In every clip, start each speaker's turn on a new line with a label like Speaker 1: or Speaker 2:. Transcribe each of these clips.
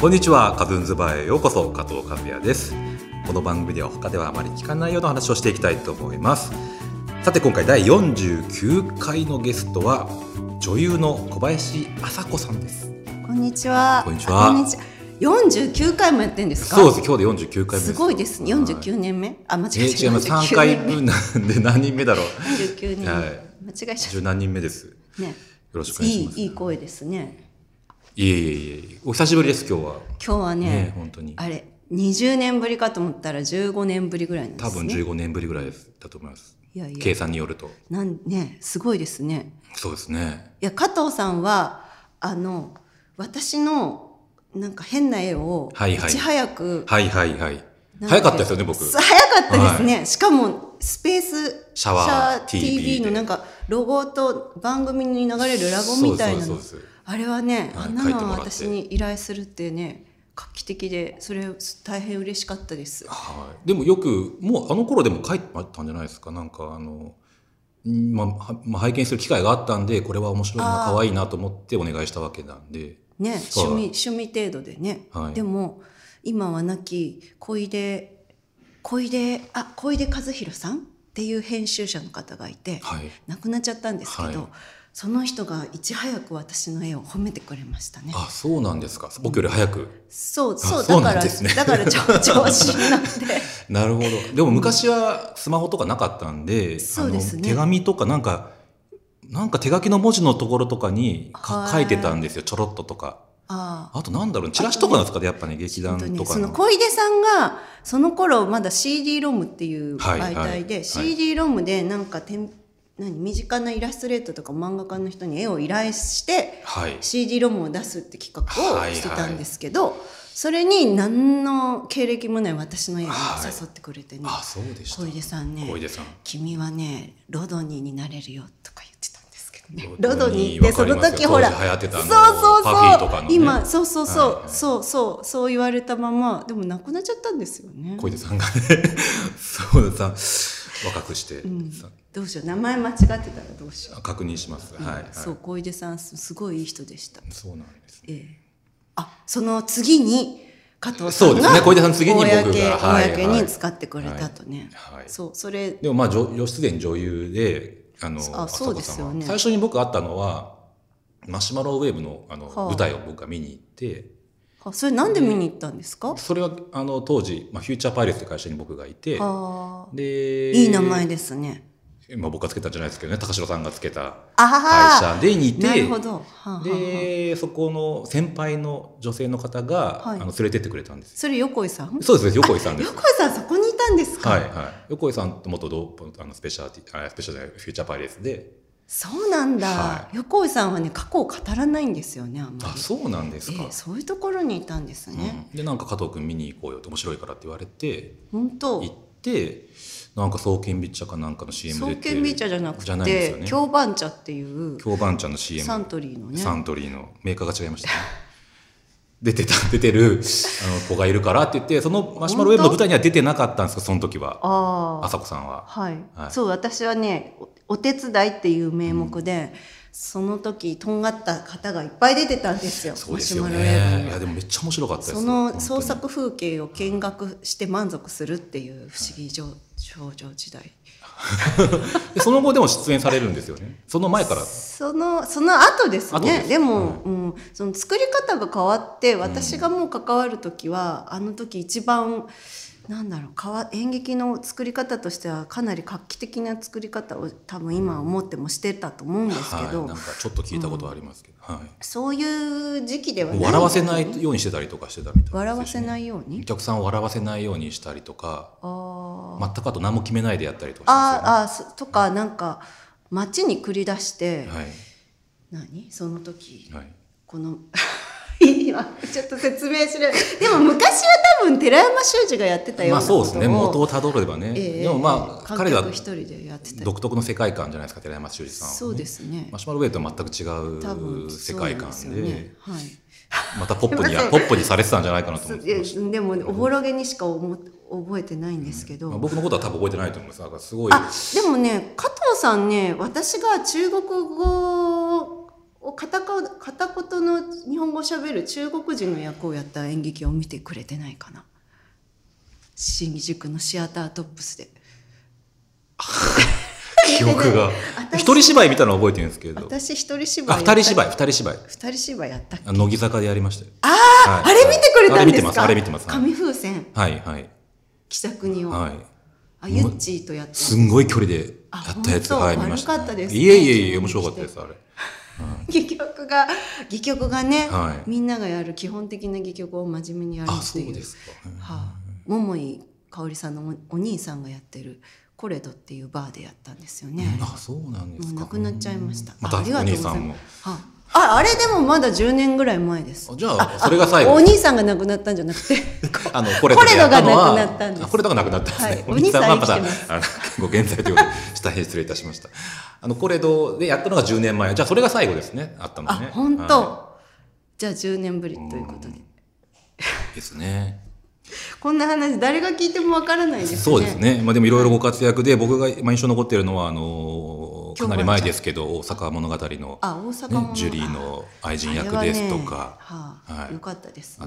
Speaker 1: こんにちは、カズンズバーへようこそ、加藤和也です。この番組では他ではあまり聞かないような話をしていきたいと思います。さて今回第49回のゲストは、女優の小林麻子さんです。
Speaker 2: こんにちは。
Speaker 1: こんにちは
Speaker 2: あ四十九回もやってんですか。
Speaker 1: そうです、今日で49回目です。
Speaker 2: すごいですね。四十九年目。あ、間違
Speaker 1: え
Speaker 2: え
Speaker 1: 違
Speaker 2: た。
Speaker 1: います。3回
Speaker 2: 49
Speaker 1: 分なんで何人目だろう。
Speaker 2: 年目。49年目。
Speaker 1: はい
Speaker 2: 間違えちゃ
Speaker 1: 十
Speaker 2: っ
Speaker 1: 何人目です。よ
Speaker 2: た。ね。
Speaker 1: ろしくお
Speaker 2: い
Speaker 1: 願いし
Speaker 2: い
Speaker 1: ます。
Speaker 2: いい声ですね。
Speaker 1: いえいえいえ、お久しぶりです、今日は。
Speaker 2: 今日はね、
Speaker 1: ね本当に。
Speaker 2: あれ二十年ぶりかと思ったら十五年ぶりぐらいなんです
Speaker 1: 多
Speaker 2: ね。
Speaker 1: 分15年ぶりぐらいですだと思います。
Speaker 2: いやいや
Speaker 1: 計算によると。
Speaker 2: なんねすごいですね。
Speaker 1: そうですね。
Speaker 2: いや加藤さんはあの私のなんか変な絵を
Speaker 1: はいはい
Speaker 2: ち早く
Speaker 1: はいはいはい。
Speaker 2: なん
Speaker 1: 早かったですよね、僕。
Speaker 2: さ早かったですね。しかも、スペース
Speaker 1: シャワー
Speaker 2: TV,
Speaker 1: TV
Speaker 2: のなんか、ロゴと番組に流れるラゴみたいな
Speaker 1: そう
Speaker 2: の
Speaker 1: で。すそうです
Speaker 2: あれはね、
Speaker 1: はい
Speaker 2: あんな
Speaker 1: 書いて
Speaker 2: の
Speaker 1: もらって
Speaker 2: 私に依頼するってね、画期的で、それ大変嬉しかったです。
Speaker 1: はい。でもよく、もうあの頃でも書いてあったんじゃないですか。なんかあの、んまあ、はまあ、拝見する機会があったんで、これは面白いな、
Speaker 2: あー
Speaker 1: 可愛いなと思ってお願いしたわけなんで。
Speaker 2: ね、
Speaker 1: そう
Speaker 2: 趣味、趣味程度でね。
Speaker 1: はい
Speaker 2: でも、今は亡き小出、小出、あ、小出和弘さんっていう編集者の方がいて、
Speaker 1: はい。
Speaker 2: 亡くなっちゃったんですけど、
Speaker 1: はい
Speaker 2: その人がいち早く私の絵を褒めてくれましたね。
Speaker 1: あ、そうなんですか。僕より早く。
Speaker 2: そうそう
Speaker 1: そうな
Speaker 2: だか
Speaker 1: ん
Speaker 2: ら、
Speaker 1: ですね
Speaker 2: だからちょ 調子になって
Speaker 1: なるほど。でも昔はスマホとかなかったんで、
Speaker 2: そうですね
Speaker 1: あの手紙とかなんか、なんか手書きの文字のところとかにか
Speaker 2: はい
Speaker 1: 書いてたんですよ、ちょろっととか。
Speaker 2: ああ
Speaker 1: あとなんだろう、チラシとかなんですかね、やっぱね、劇団
Speaker 2: 本当に
Speaker 1: とか
Speaker 2: その
Speaker 1: の。
Speaker 2: 小出さんがその頃まだ CD ロムっていう
Speaker 1: はいはい
Speaker 2: 媒体で、
Speaker 1: はい
Speaker 2: CD ロムでなんかてん何身近なイラストレーターとか漫画家の人に絵を依頼して
Speaker 1: はい。
Speaker 2: CD ロムを出すって企画
Speaker 1: はいは
Speaker 2: を
Speaker 1: い
Speaker 2: してたんですけど、それに何の経歴もない私の絵を誘ってくれてね、
Speaker 1: あ、そうでした。
Speaker 2: 小出さんね
Speaker 1: 小出さん。
Speaker 2: 君はねロドニーになれるよとか言ってたんですけどね
Speaker 1: ロ
Speaker 2: ロ
Speaker 1: ド
Speaker 2: ド
Speaker 1: ニ
Speaker 2: ニ
Speaker 1: ー
Speaker 2: ーでその時ほら
Speaker 1: わかりますよ当時流行ってたあ
Speaker 2: そう
Speaker 1: の
Speaker 2: そう
Speaker 1: パフィー
Speaker 2: そ
Speaker 1: と
Speaker 2: う、
Speaker 1: かのね
Speaker 2: 今そうそうそう、
Speaker 1: はいはい
Speaker 2: そうそうそう言われたままでも亡くなっちゃったんですよね
Speaker 1: 小出さんがね、 そうださん、若くして、さ
Speaker 2: どうしよう名前間違ってたらどうしよ
Speaker 1: 確認します。
Speaker 2: う、
Speaker 1: はい。はい
Speaker 2: そう小出さんすすごいいい人でした
Speaker 1: そうなんです。
Speaker 2: ええあその次に加藤さ
Speaker 1: そうんで
Speaker 2: が
Speaker 1: すね小出さんの次に僕が
Speaker 2: 公
Speaker 1: はい
Speaker 2: 公に使ってくれたとね、
Speaker 1: はいはい
Speaker 2: そうそれ
Speaker 1: でもまあ女、すでに女優で、あの、
Speaker 2: あそうですよね
Speaker 1: 朝子さんは最初に僕会ったのは、マシュマロウェーブのあの
Speaker 2: はあ
Speaker 1: 舞台を僕が見に行って、
Speaker 2: あそれなんで見に行ったんですか、
Speaker 1: それはあの当時、まあ、フューチャーパイレーツって会社に僕がいて、
Speaker 2: ああ
Speaker 1: で、
Speaker 2: いい名前ですね
Speaker 1: まあ僕がつけたんじゃないですけどね、高城さんがつけた会
Speaker 2: あ
Speaker 1: 社でにい
Speaker 2: あ、な
Speaker 1: て
Speaker 2: る、ほど。はあはあはあ
Speaker 1: で、そこの先輩の女性の方が、
Speaker 2: はい
Speaker 1: あの連れてってくれたんですよ。
Speaker 2: それ横井さん。
Speaker 1: そうです、横井さんです。
Speaker 2: 横井さんそこにいたんですか。
Speaker 1: はい、はい。横井さんと元ドープあのスペシャルティ、あスペシャルじゃないフューチャーパイレーツで、
Speaker 2: そうなんだ、
Speaker 1: は
Speaker 2: 横井さんはね過去を語らないんですよねあんまり
Speaker 1: あ、。そうなんですか。
Speaker 2: ええそういうところにいたんですね。
Speaker 1: うんでなんか加藤君見に行こうよって面白いからって言われて
Speaker 2: 本当
Speaker 1: 行。ってなんか総研美茶かなんかの CM
Speaker 2: 創
Speaker 1: 出て
Speaker 2: 建ビーチャーじゃな
Speaker 1: じゃな
Speaker 2: く
Speaker 1: いんです
Speaker 2: て
Speaker 1: よね
Speaker 2: 京番茶っていう
Speaker 1: 京番茶の CM
Speaker 2: サントリーのね。
Speaker 1: サントリーのメーカーが違いましたね 出てた出てるあの子がいるからって言ってそのマシュマロウェブの舞台には出てなかったんですかその時は
Speaker 2: ああ。
Speaker 1: 朝子さんは
Speaker 2: はい、
Speaker 1: はい
Speaker 2: そう私はねおお手伝いっていう名目で、その時とんがった方がいっぱい出てたんですよ
Speaker 1: そうですよ
Speaker 2: マシュマロウェーブ
Speaker 1: ね
Speaker 2: に
Speaker 1: いやでもめっちゃ面白かったです
Speaker 2: そ
Speaker 1: 本当
Speaker 2: の
Speaker 1: に
Speaker 2: 創作風景を見学して満足するっていう不思議状少女時代
Speaker 1: でその後でも出演されるんですよねその前から
Speaker 2: そのその後です
Speaker 1: 後で
Speaker 2: ね
Speaker 1: す
Speaker 2: でも、うん、その作り方が変わって私がもう関わる時は、あの時一番なんだろう変わ演劇の作り方としてはかなり画期的な作り方を多分今思ってもしてたと思うんですけど、
Speaker 1: はいなんかちょっと聞いたことありますけど、はい
Speaker 2: そういう時期ではない
Speaker 1: 笑わせないようにしてたりとかしてたみたいですね
Speaker 2: 笑わせないよう
Speaker 1: お
Speaker 2: に
Speaker 1: 客さんを笑わせないようにしたりとか
Speaker 2: あー
Speaker 1: 全くあと何も決めないでやったりとかしま
Speaker 2: あーあーそとかなんか街に繰り出して、
Speaker 1: すよね
Speaker 2: 何その時、
Speaker 1: はいはい
Speaker 2: この 今ちょっと説明しないでも昔は多分寺山修司がやってたよ
Speaker 1: ま
Speaker 2: うな
Speaker 1: あ
Speaker 2: こと
Speaker 1: そ
Speaker 2: を、
Speaker 1: うですね元をたどればね、
Speaker 2: ええ
Speaker 1: でもまあ
Speaker 2: 観
Speaker 1: 彼ら
Speaker 2: 客一人でやってた
Speaker 1: 独特の世界観じゃないですか寺山修司さんはね、
Speaker 2: そうですね
Speaker 1: マシュマロウェイとは
Speaker 2: 多
Speaker 1: 全く違う
Speaker 2: 分
Speaker 1: 世界観
Speaker 2: そう
Speaker 1: で
Speaker 2: なんすよねはい
Speaker 1: またポップ にや
Speaker 2: すいま
Speaker 1: ポ
Speaker 2: せん
Speaker 1: ップにされてたんじゃないかなと思
Speaker 2: そ
Speaker 1: っ
Speaker 2: う
Speaker 1: てまし
Speaker 2: ででもおぼろげにしか思覚えてないんですけ
Speaker 1: た、
Speaker 2: ど、
Speaker 1: まあ、僕のことは多分覚えてないと思いますだからすごい
Speaker 2: あでもね加藤さんね私が中国語を片か片言の日本語をしゃべる中国人の役をやった演劇を見てくれてないかな新宿のシアタートップスで
Speaker 1: 記憶が
Speaker 2: 私
Speaker 1: 一人芝居見たのは覚えてるんですけど
Speaker 2: 私一人芝
Speaker 1: あ
Speaker 2: 居
Speaker 1: 二人芝居
Speaker 2: 居
Speaker 1: 二人芝居
Speaker 2: 二人芝居やったっけ
Speaker 1: あ乃木坂でやりましたよ
Speaker 2: ああ、
Speaker 1: はい
Speaker 2: あれ見てくれたんですか
Speaker 1: あれ見てますあれ見
Speaker 2: 紙風船
Speaker 1: はいはい
Speaker 2: 気さくにを、
Speaker 1: はい
Speaker 2: あゆっちーとやって
Speaker 1: すんごい距離でやったやつ
Speaker 2: あ本当
Speaker 1: はい見ました、
Speaker 2: 悪かったですね
Speaker 1: いえいえいえ面白かったですあれ
Speaker 2: 戯曲が戯曲がね、
Speaker 1: はい
Speaker 2: みんながやる基本的な戯曲を真面目にやる
Speaker 1: あ
Speaker 2: って
Speaker 1: そ
Speaker 2: いうう
Speaker 1: ですか、
Speaker 2: はあ、桃井かおりさんのおお兄さんがやってるコレドっていうバーでやったんですよね、
Speaker 1: あそうなんです
Speaker 2: もう
Speaker 1: か
Speaker 2: 亡くなっちゃいました、
Speaker 1: また
Speaker 2: あ
Speaker 1: お
Speaker 2: りがとう
Speaker 1: 兄
Speaker 2: ござ
Speaker 1: さ
Speaker 2: い
Speaker 1: んも
Speaker 2: ますはあああれでもまだ10年ぐらい前です
Speaker 1: あじゃあそれが最後
Speaker 2: お兄さんが亡くなったんじゃなく てこ
Speaker 1: あのコレ
Speaker 2: コレドがなくなったんです
Speaker 1: あコレドがなくなったんですね。
Speaker 2: はい
Speaker 1: お兄さんはまだ
Speaker 2: お兄さ
Speaker 1: あのご現在ということで大変失礼いたしました。あのコレドでやったのが10年前。じゃあそれが最後ですね。あったの
Speaker 2: あ
Speaker 1: ね。
Speaker 2: 本当、
Speaker 1: は
Speaker 2: じゃあ10年ぶりということで
Speaker 1: いですね。
Speaker 2: こんな話誰が聞いてもわからないですね
Speaker 1: そうですね。まあでもいろいろご活躍で僕がまあ印象に残っているのはあのかなり前ですけど大阪物語の
Speaker 2: あ大阪
Speaker 1: ね
Speaker 2: も
Speaker 1: ジュリーの愛人役ですとか。
Speaker 2: あれはねはあ
Speaker 1: はい
Speaker 2: よかったです
Speaker 1: あ
Speaker 2: ね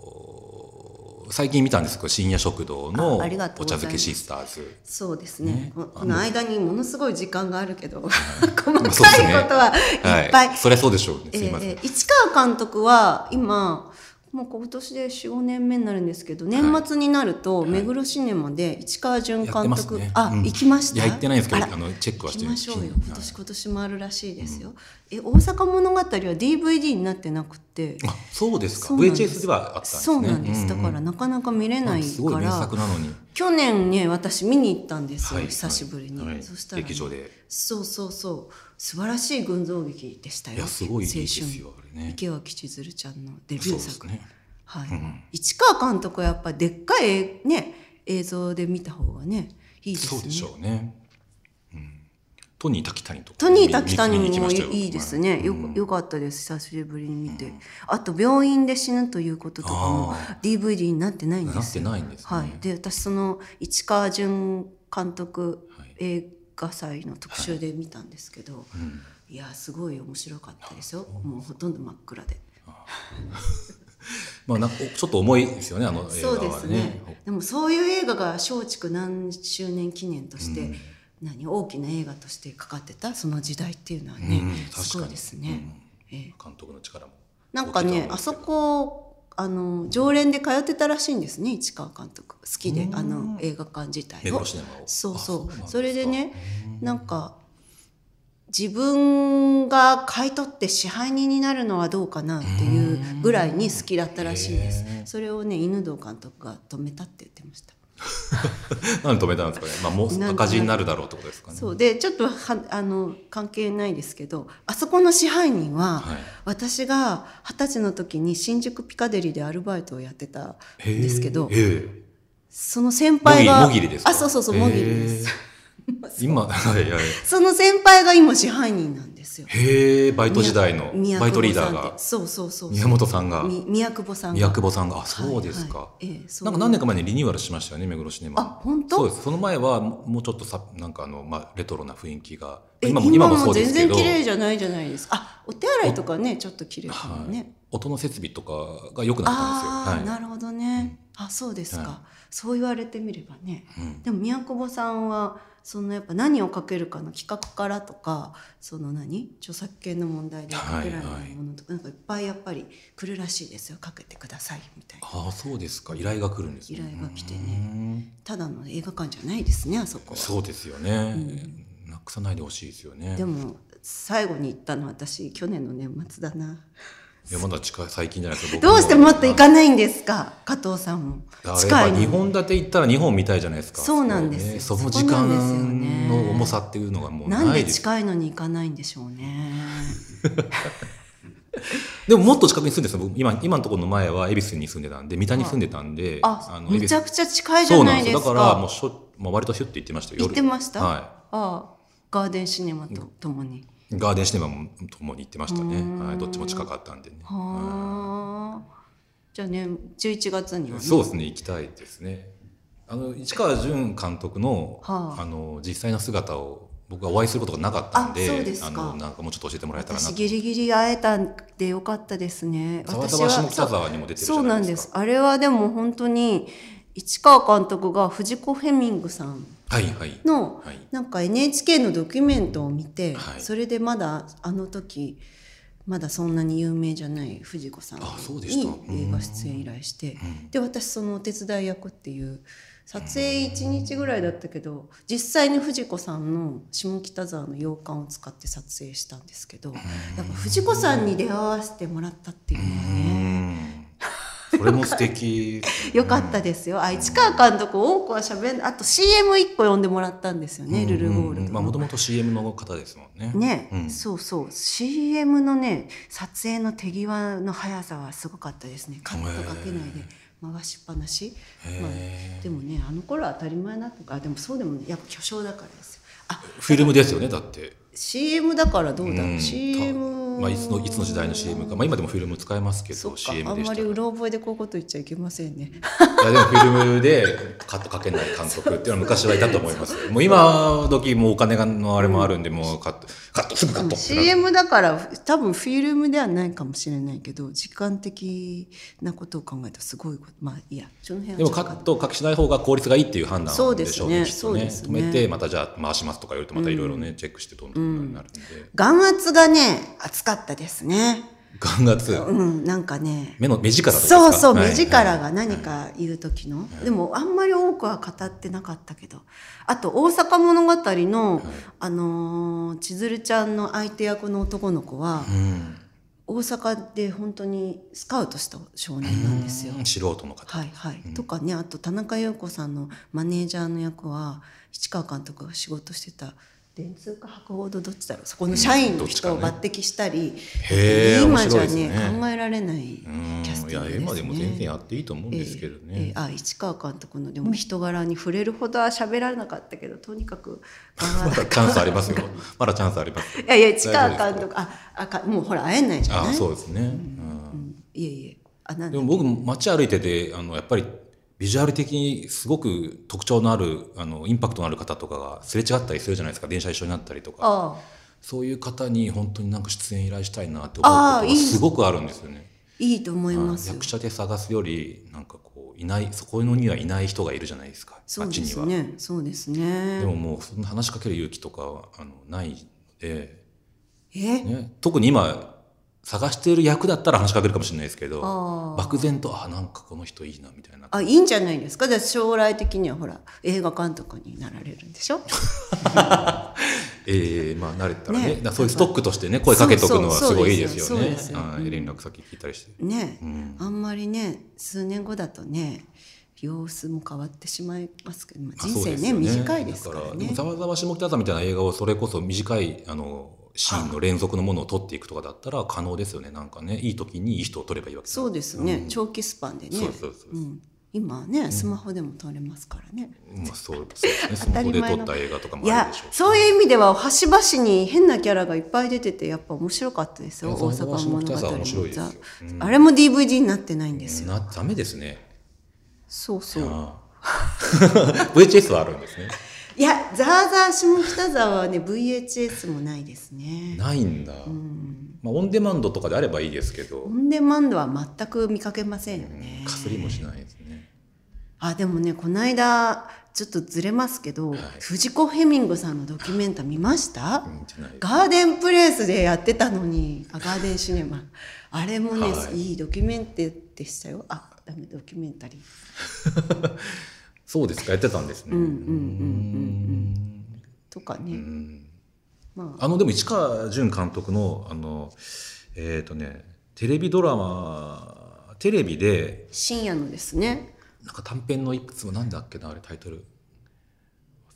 Speaker 1: と、最近見たんですけど、深夜食堂のお
Speaker 2: ああ
Speaker 1: 茶
Speaker 2: りがとうございます
Speaker 1: 漬けシスターズ。
Speaker 2: そうですね
Speaker 1: ね
Speaker 2: こ
Speaker 1: あの
Speaker 2: この間にものすごい時間があるけど 細かい
Speaker 1: まあ
Speaker 2: こと
Speaker 1: そうですね
Speaker 2: はいっぱい、
Speaker 1: そりゃそうでしょうね。
Speaker 2: え
Speaker 1: すいません。
Speaker 2: ー市川監督は今もう今年で45年目になるんですけど年末になると目黒シネマで市川純
Speaker 1: やって
Speaker 2: 監
Speaker 1: ます
Speaker 2: 督、
Speaker 1: ね。
Speaker 2: あ、
Speaker 1: うん
Speaker 2: 行きました
Speaker 1: いや、行ってないんですけ
Speaker 2: あ
Speaker 1: ど、
Speaker 2: ら
Speaker 1: あの、チェックはして
Speaker 2: 行き
Speaker 1: る
Speaker 2: ましょうよ
Speaker 1: はい
Speaker 2: 今年今年もあるらしいですよ、え大阪物語は DVD になってなくて
Speaker 1: あ、そうですか。
Speaker 2: そうなんです
Speaker 1: VHS ではあったんですね。
Speaker 2: そうなんです、だから
Speaker 1: な
Speaker 2: なかなか見れない
Speaker 1: すごい
Speaker 2: か
Speaker 1: 名
Speaker 2: ら
Speaker 1: 作なのに。
Speaker 2: 去年ね私見に行ったんですよ、
Speaker 1: はい
Speaker 2: 久しぶりに、
Speaker 1: はい
Speaker 2: そしたらね、
Speaker 1: 劇場で。
Speaker 2: そうそうそう素晴らしい群像劇でしたよ
Speaker 1: いや、すごいいいで
Speaker 2: 青
Speaker 1: す
Speaker 2: 春
Speaker 1: よ、あれね。
Speaker 2: 池脇千鶴ちゃんのデビ
Speaker 1: そ
Speaker 2: ュ
Speaker 1: う
Speaker 2: ー
Speaker 1: です
Speaker 2: 作、
Speaker 1: ね。
Speaker 2: はい
Speaker 1: うん
Speaker 2: 市川監督はやっぱでっかいえ、ね、映像で見た方がねいいですね
Speaker 1: そうでしょうね。うんトニー・タキタニとか。
Speaker 2: トニー・タキタニ
Speaker 1: 見に行き
Speaker 2: も
Speaker 1: ましたよ
Speaker 2: いいですねよ,、
Speaker 1: うん
Speaker 2: よかったです久しぶりに見て、あと「病院で死ぬ」ということとかも
Speaker 1: あ
Speaker 2: DVD になってないんですよ
Speaker 1: なってないんですね。
Speaker 2: はい、で私その市川淳監督
Speaker 1: はい
Speaker 2: 映画祭の特集で見たんですけど、
Speaker 1: うん
Speaker 2: い、やすごい面白かったですよもうほとんど真っ暗で、
Speaker 1: まあ、なんかちょっと重いですよね、あの映画
Speaker 2: そ
Speaker 1: はね。
Speaker 2: うですねでもそういう映画が松竹何周年記念として、
Speaker 1: うん
Speaker 2: 何大きな映画としてかかってたその時代っていうのは
Speaker 1: う
Speaker 2: ね、
Speaker 1: ん確かに
Speaker 2: すごいですね、ええ
Speaker 1: 監督の力も。
Speaker 2: なんかねあそこあの常連で通ってたらしいんですね市川監督好きで
Speaker 1: うん
Speaker 2: あの映画館自体
Speaker 1: 目
Speaker 2: を
Speaker 1: 黒シネマを。
Speaker 2: そう
Speaker 1: あ
Speaker 2: そう
Speaker 1: なんすか
Speaker 2: それでね
Speaker 1: うん
Speaker 2: なんか自分が買い取って支配人になるのはどうかなっていうぐらいに好きだったらしいんです
Speaker 1: へー
Speaker 2: それをね犬堂監督が止めたって言ってました
Speaker 1: なんで止めたんですかね。まあもう
Speaker 2: なん
Speaker 1: 赤字になるだろうってことですかね。
Speaker 2: そうでちょっとはあの関係ないですけどあそこの支配人は、
Speaker 1: はい
Speaker 2: 私が二十歳の時に新宿ピカデリーでアルバイトをやってたん
Speaker 1: へー
Speaker 2: ですけど
Speaker 1: ええ
Speaker 2: その先輩が
Speaker 1: もぎもぎりですか
Speaker 2: あそうそうそうもぎりです、
Speaker 1: 今 はいはい。
Speaker 2: その先輩が今支配人なんですよ
Speaker 1: へえバイト時代の
Speaker 2: 宮
Speaker 1: バイトリ
Speaker 2: 宮
Speaker 1: ー
Speaker 2: 久保
Speaker 1: ダー
Speaker 2: さんって
Speaker 1: が
Speaker 2: そうそうそうそう
Speaker 1: 宮本さんが
Speaker 2: み宮久保さんが
Speaker 1: 宮久保さんがあそうですか。
Speaker 2: はいはいええそう
Speaker 1: なんか何年か前にリニューアルしましたよね目黒シネマ。
Speaker 2: あ本当
Speaker 1: そうです。その前はもうちょっとさなんかあのまあレトロな雰囲気が
Speaker 2: え
Speaker 1: 今
Speaker 2: 今
Speaker 1: も
Speaker 2: も
Speaker 1: 今もそうですけど。
Speaker 2: 全然綺麗じゃないじゃないですかあお手洗いとかねちょっと綺麗かも
Speaker 1: は
Speaker 2: ね、
Speaker 1: い。音の設備とかが良くな
Speaker 2: あ
Speaker 1: った
Speaker 2: あ
Speaker 1: ん
Speaker 2: ー、
Speaker 1: ですよ。
Speaker 2: な
Speaker 1: は
Speaker 2: るほどね、あそうですか、
Speaker 1: は
Speaker 2: そう言われてみればね
Speaker 1: い。うん
Speaker 2: でも宮久保さんはそのやっぱ何をかけるかの企画からとかその何著作権の問題でかけられないものとか、なんかいっぱいやっぱり来るらしいですよかけてくださいみたいな
Speaker 1: ああそうですか依頼が来るんですね
Speaker 2: 依頼が来てね
Speaker 1: うん
Speaker 2: ただの映画館じゃないですねあそこは
Speaker 1: そうですよね、なくさないでほしいですよね
Speaker 2: でも最後に行ったのは私去年の年末だない
Speaker 1: やまだ近い最近じゃなくて僕
Speaker 2: どうしてもっと行かないんですか加藤さんも
Speaker 1: あ
Speaker 2: 近
Speaker 1: や
Speaker 2: い
Speaker 1: っぱ日
Speaker 2: の
Speaker 1: 本立て行ったら日本見たいじゃないですか
Speaker 2: そうなんです
Speaker 1: そ
Speaker 2: よ
Speaker 1: こねその時
Speaker 2: そこなんですよね
Speaker 1: 間の重さっていうのがもう
Speaker 2: なん
Speaker 1: な
Speaker 2: で
Speaker 1: いです
Speaker 2: 近いのに行かないんでしょうね
Speaker 1: でももっと近くに住んでたんですよ僕今今のところの前は恵比寿に住んでたんで三田に住んでたんで
Speaker 2: あ
Speaker 1: の
Speaker 2: めちゃ
Speaker 1: 恵比
Speaker 2: くちゃ近い
Speaker 1: 寿そ
Speaker 2: じゃ
Speaker 1: うな
Speaker 2: なんい
Speaker 1: です
Speaker 2: です
Speaker 1: よ
Speaker 2: か
Speaker 1: だからもうしょ、まあ、割とヒュッて行ってましたよ
Speaker 2: 行ってました、
Speaker 1: は
Speaker 2: ああガーデンシネマとともに、
Speaker 1: い、ガーデンシネマもともに行ってました
Speaker 2: う
Speaker 1: ね、
Speaker 2: ん
Speaker 1: はい、どっちも近かったんでね、
Speaker 2: はあじゃあね11月にはね
Speaker 1: そうですね行きたいですねあの市川淳監督の,、
Speaker 2: はあ
Speaker 1: あの実際の姿を僕はお会いすることがなかったんで
Speaker 2: あそうですか
Speaker 1: のなんかもうちょっと教えてもらえたらな
Speaker 2: 私
Speaker 1: と
Speaker 2: ギリギリ会えたんでよかったですね。
Speaker 1: ざわ
Speaker 2: 私
Speaker 1: ざわ下北沢にも出てるじ
Speaker 2: そ
Speaker 1: ゃ
Speaker 2: うな
Speaker 1: ない
Speaker 2: ん
Speaker 1: で
Speaker 2: ですす
Speaker 1: か。
Speaker 2: あれはでも本当に市川監督が藤子フェミングさん
Speaker 1: はいはい。
Speaker 2: の
Speaker 1: はい
Speaker 2: なんか NHK のドキュメントを見て、
Speaker 1: はい
Speaker 2: それでまだあの時まだそんなに有名じゃない藤子さんに
Speaker 1: あそうでしたうん
Speaker 2: 映画出演依頼して
Speaker 1: うん
Speaker 2: で私そのお手伝い役っていう撮影1日ぐらいだったけど実際に藤子さんの下北沢の洋館を使って撮影したんですけどやっぱ藤子さんに出会わせてもらったっていうのはね。
Speaker 1: うんそれも素 敵。
Speaker 2: 良かったですよ。あ、市川監督多くは喋ん、あと CM 一個呼んでもらったんですよね、ルルゴール
Speaker 1: うん
Speaker 2: ド。
Speaker 1: まあもともと CM の方ですもんね。
Speaker 2: ね、
Speaker 1: うん
Speaker 2: そうそう、CM のね、撮影の手際の速さはすごかったですね。カットかけないで回しっぱなし。ま
Speaker 1: へ
Speaker 2: あ、
Speaker 1: ー
Speaker 2: でもね、あの頃は当たり前なとか、でもそうでも、やっぱ巨匠だからですよ。あ、
Speaker 1: フィルムですよねだって。
Speaker 2: CM だからどうだろう。
Speaker 1: うん
Speaker 2: CM。
Speaker 1: まあいつのいつの時代の CM か。まあ今でもフィルム使えますけ
Speaker 2: そっ
Speaker 1: ど
Speaker 2: か
Speaker 1: CM
Speaker 2: あん
Speaker 1: で
Speaker 2: ま
Speaker 1: した
Speaker 2: り
Speaker 1: ら。
Speaker 2: うろ覚えでこういうこと言っちゃいけません ね。
Speaker 1: いやでもフィルムでカットかけない監督っていうのは昔はいたと思い ます。もう今時もうお金がのあれもあるんでもうカットカットすぐカットってなる。
Speaker 2: CM だから多分フィルムではないかもしれないけど時間的なことを考えたらすごいことまあいいやその辺は
Speaker 1: でも
Speaker 2: ちょ
Speaker 1: カ
Speaker 2: っと
Speaker 1: ットを隠しない方が効率がいいっていう判断
Speaker 2: そう
Speaker 1: で
Speaker 2: で
Speaker 1: し
Speaker 2: す
Speaker 1: ょうね
Speaker 2: ね
Speaker 1: きっとね
Speaker 2: そうです
Speaker 1: 止
Speaker 2: ね
Speaker 1: めてまたじゃあ回しますとか言うとまたいろいろね、チェックしてどんどんどんどんなるんで、
Speaker 2: 眼圧がね熱かったですね
Speaker 1: 眼圧
Speaker 2: うんなんかね
Speaker 1: 目の目力とかです
Speaker 2: そ
Speaker 1: か
Speaker 2: うそう
Speaker 1: はい
Speaker 2: 目力が何か言う時の、でもあんまり多くは語ってなかったけどあと「大阪物語の」あのー千鶴ちゃんの相手役の男の子は
Speaker 1: うん
Speaker 2: 大阪で本当にスカウトした少年なんですよ。
Speaker 1: 素人の方、
Speaker 2: はいはい、とかねあと田中陽子さんのマネージャーの役は市川監督が仕事してた電通か博報堂どっちだろうそこの社員の人
Speaker 1: う
Speaker 2: を
Speaker 1: んどっ
Speaker 2: 抜
Speaker 1: ち
Speaker 2: 擢したり、
Speaker 1: へー
Speaker 2: 今じゃ
Speaker 1: 面白い
Speaker 2: ね
Speaker 1: ですね
Speaker 2: 考えられないキ
Speaker 1: うん
Speaker 2: ャステ
Speaker 1: い
Speaker 2: ィン
Speaker 1: や
Speaker 2: グですね。
Speaker 1: 今でも全然やっていいと思うんですけど
Speaker 2: えええ
Speaker 1: ね
Speaker 2: え、あ市川監督のでも人柄に触れるほどは喋らなかったけどとにかくま
Speaker 1: まだチャンスありますよまだチャンスありますよ
Speaker 2: いやいや市川
Speaker 1: 大
Speaker 2: 監督ああかもうほら会えないじゃ
Speaker 1: あ
Speaker 2: ない
Speaker 1: そうですね、
Speaker 2: う
Speaker 1: うん
Speaker 2: んいえいえあなん
Speaker 1: で
Speaker 2: だ
Speaker 1: も僕街歩いててあのやっぱりビジュアル的にすごく特徴のあるあのインパクトのある方とかがすれ違ったりするじゃないですか電車一緒になったりとか
Speaker 2: ああ
Speaker 1: そういう方に本当になんか出演依頼したいなって思うこと
Speaker 2: あー
Speaker 1: が
Speaker 2: いい
Speaker 1: すごくあるんですよね。
Speaker 2: いいと思い
Speaker 1: は
Speaker 2: ま
Speaker 1: い
Speaker 2: すよ
Speaker 1: 役者で探すよりなんかこういないそこのにはいない人がいるじゃないですか
Speaker 2: そう
Speaker 1: 街
Speaker 2: で
Speaker 1: に
Speaker 2: す
Speaker 1: は。
Speaker 2: ね。そうです
Speaker 1: でも
Speaker 2: ね。
Speaker 1: もうそんな話しかける勇気とかはあのないので、
Speaker 2: え、
Speaker 1: ね、特に今探している役だったら話しかけるかもしれないですけど
Speaker 2: あー
Speaker 1: 漠然とあなんかこの人いいなみたいな
Speaker 2: あ、いいんじゃないですか。じゃあ将来的にはほら映画監督になられるんでしょ。
Speaker 1: ええまあ慣れたらね
Speaker 2: ね
Speaker 1: だからそういうストックとしてね声かけとくのは
Speaker 2: そうそう
Speaker 1: すごいいいですよ
Speaker 2: そう
Speaker 1: ね
Speaker 2: ですよそうですよ
Speaker 1: はい
Speaker 2: うん
Speaker 1: 連絡先聞いたりして。
Speaker 2: ね、
Speaker 1: うん
Speaker 2: あんまりね数年後だとね様子も変わってしまいますけど、まあ、人生
Speaker 1: そ
Speaker 2: ね
Speaker 1: うですよ
Speaker 2: 短いですから
Speaker 1: で
Speaker 2: ね
Speaker 1: も。ざわざわ下北沢みたいな映画をそれこそ短いあのシーンの連続のものを撮っていくとかだったら可能ですよね。なんかね、いい時にいい人を撮ればいいわけだ
Speaker 2: そうですね、
Speaker 1: ん
Speaker 2: 長期スパンでね。
Speaker 1: そうそうそう
Speaker 2: うん今はねスマホでも撮れますからね。
Speaker 1: まあそうそうですね。ス
Speaker 2: 当
Speaker 1: マ
Speaker 2: た
Speaker 1: ホ
Speaker 2: り
Speaker 1: で
Speaker 2: 前の
Speaker 1: 撮った映画とかも
Speaker 2: い
Speaker 1: ある
Speaker 2: や
Speaker 1: でしょうし。
Speaker 2: そういう意味では端々に変なキャラがいっぱい出ててやっぱ面白かったです
Speaker 1: い
Speaker 2: よ
Speaker 1: や
Speaker 2: 大
Speaker 1: ざ
Speaker 2: 阪
Speaker 1: わざわ
Speaker 2: 物
Speaker 1: 下北沢
Speaker 2: 語
Speaker 1: 面白いですよ
Speaker 2: の
Speaker 1: う
Speaker 2: あれも DVD になってないんですよ
Speaker 1: なダメですね。
Speaker 2: そうそう
Speaker 1: ああ VHS はあるんですね。
Speaker 2: いやザーザー下北沢はね VHS もないですね
Speaker 1: ないんだ。まあオンデマンドとかであればいいですけど
Speaker 2: オ、ンデマンドは全く見かけませんよね
Speaker 1: かすりもしないですね。
Speaker 2: あでもねこの間ちょっとずれますけど、
Speaker 1: はい
Speaker 2: 藤子ヘミングさんのドキュメンタ見ました
Speaker 1: 見てない
Speaker 2: ガーデンプレイスでやってたのにあガーデンシネマあれもね、
Speaker 1: はい
Speaker 2: い、いドキュメンテでしたよあダメドキュメンタリー
Speaker 1: そうですか、やってたんですね。
Speaker 2: とかね、まあ
Speaker 1: あのでも市川淳監督のあのえっ、とねテレビドラマテレビで
Speaker 2: 深夜のですね
Speaker 1: なんか短編のいくつもなんだっけなあれタイトル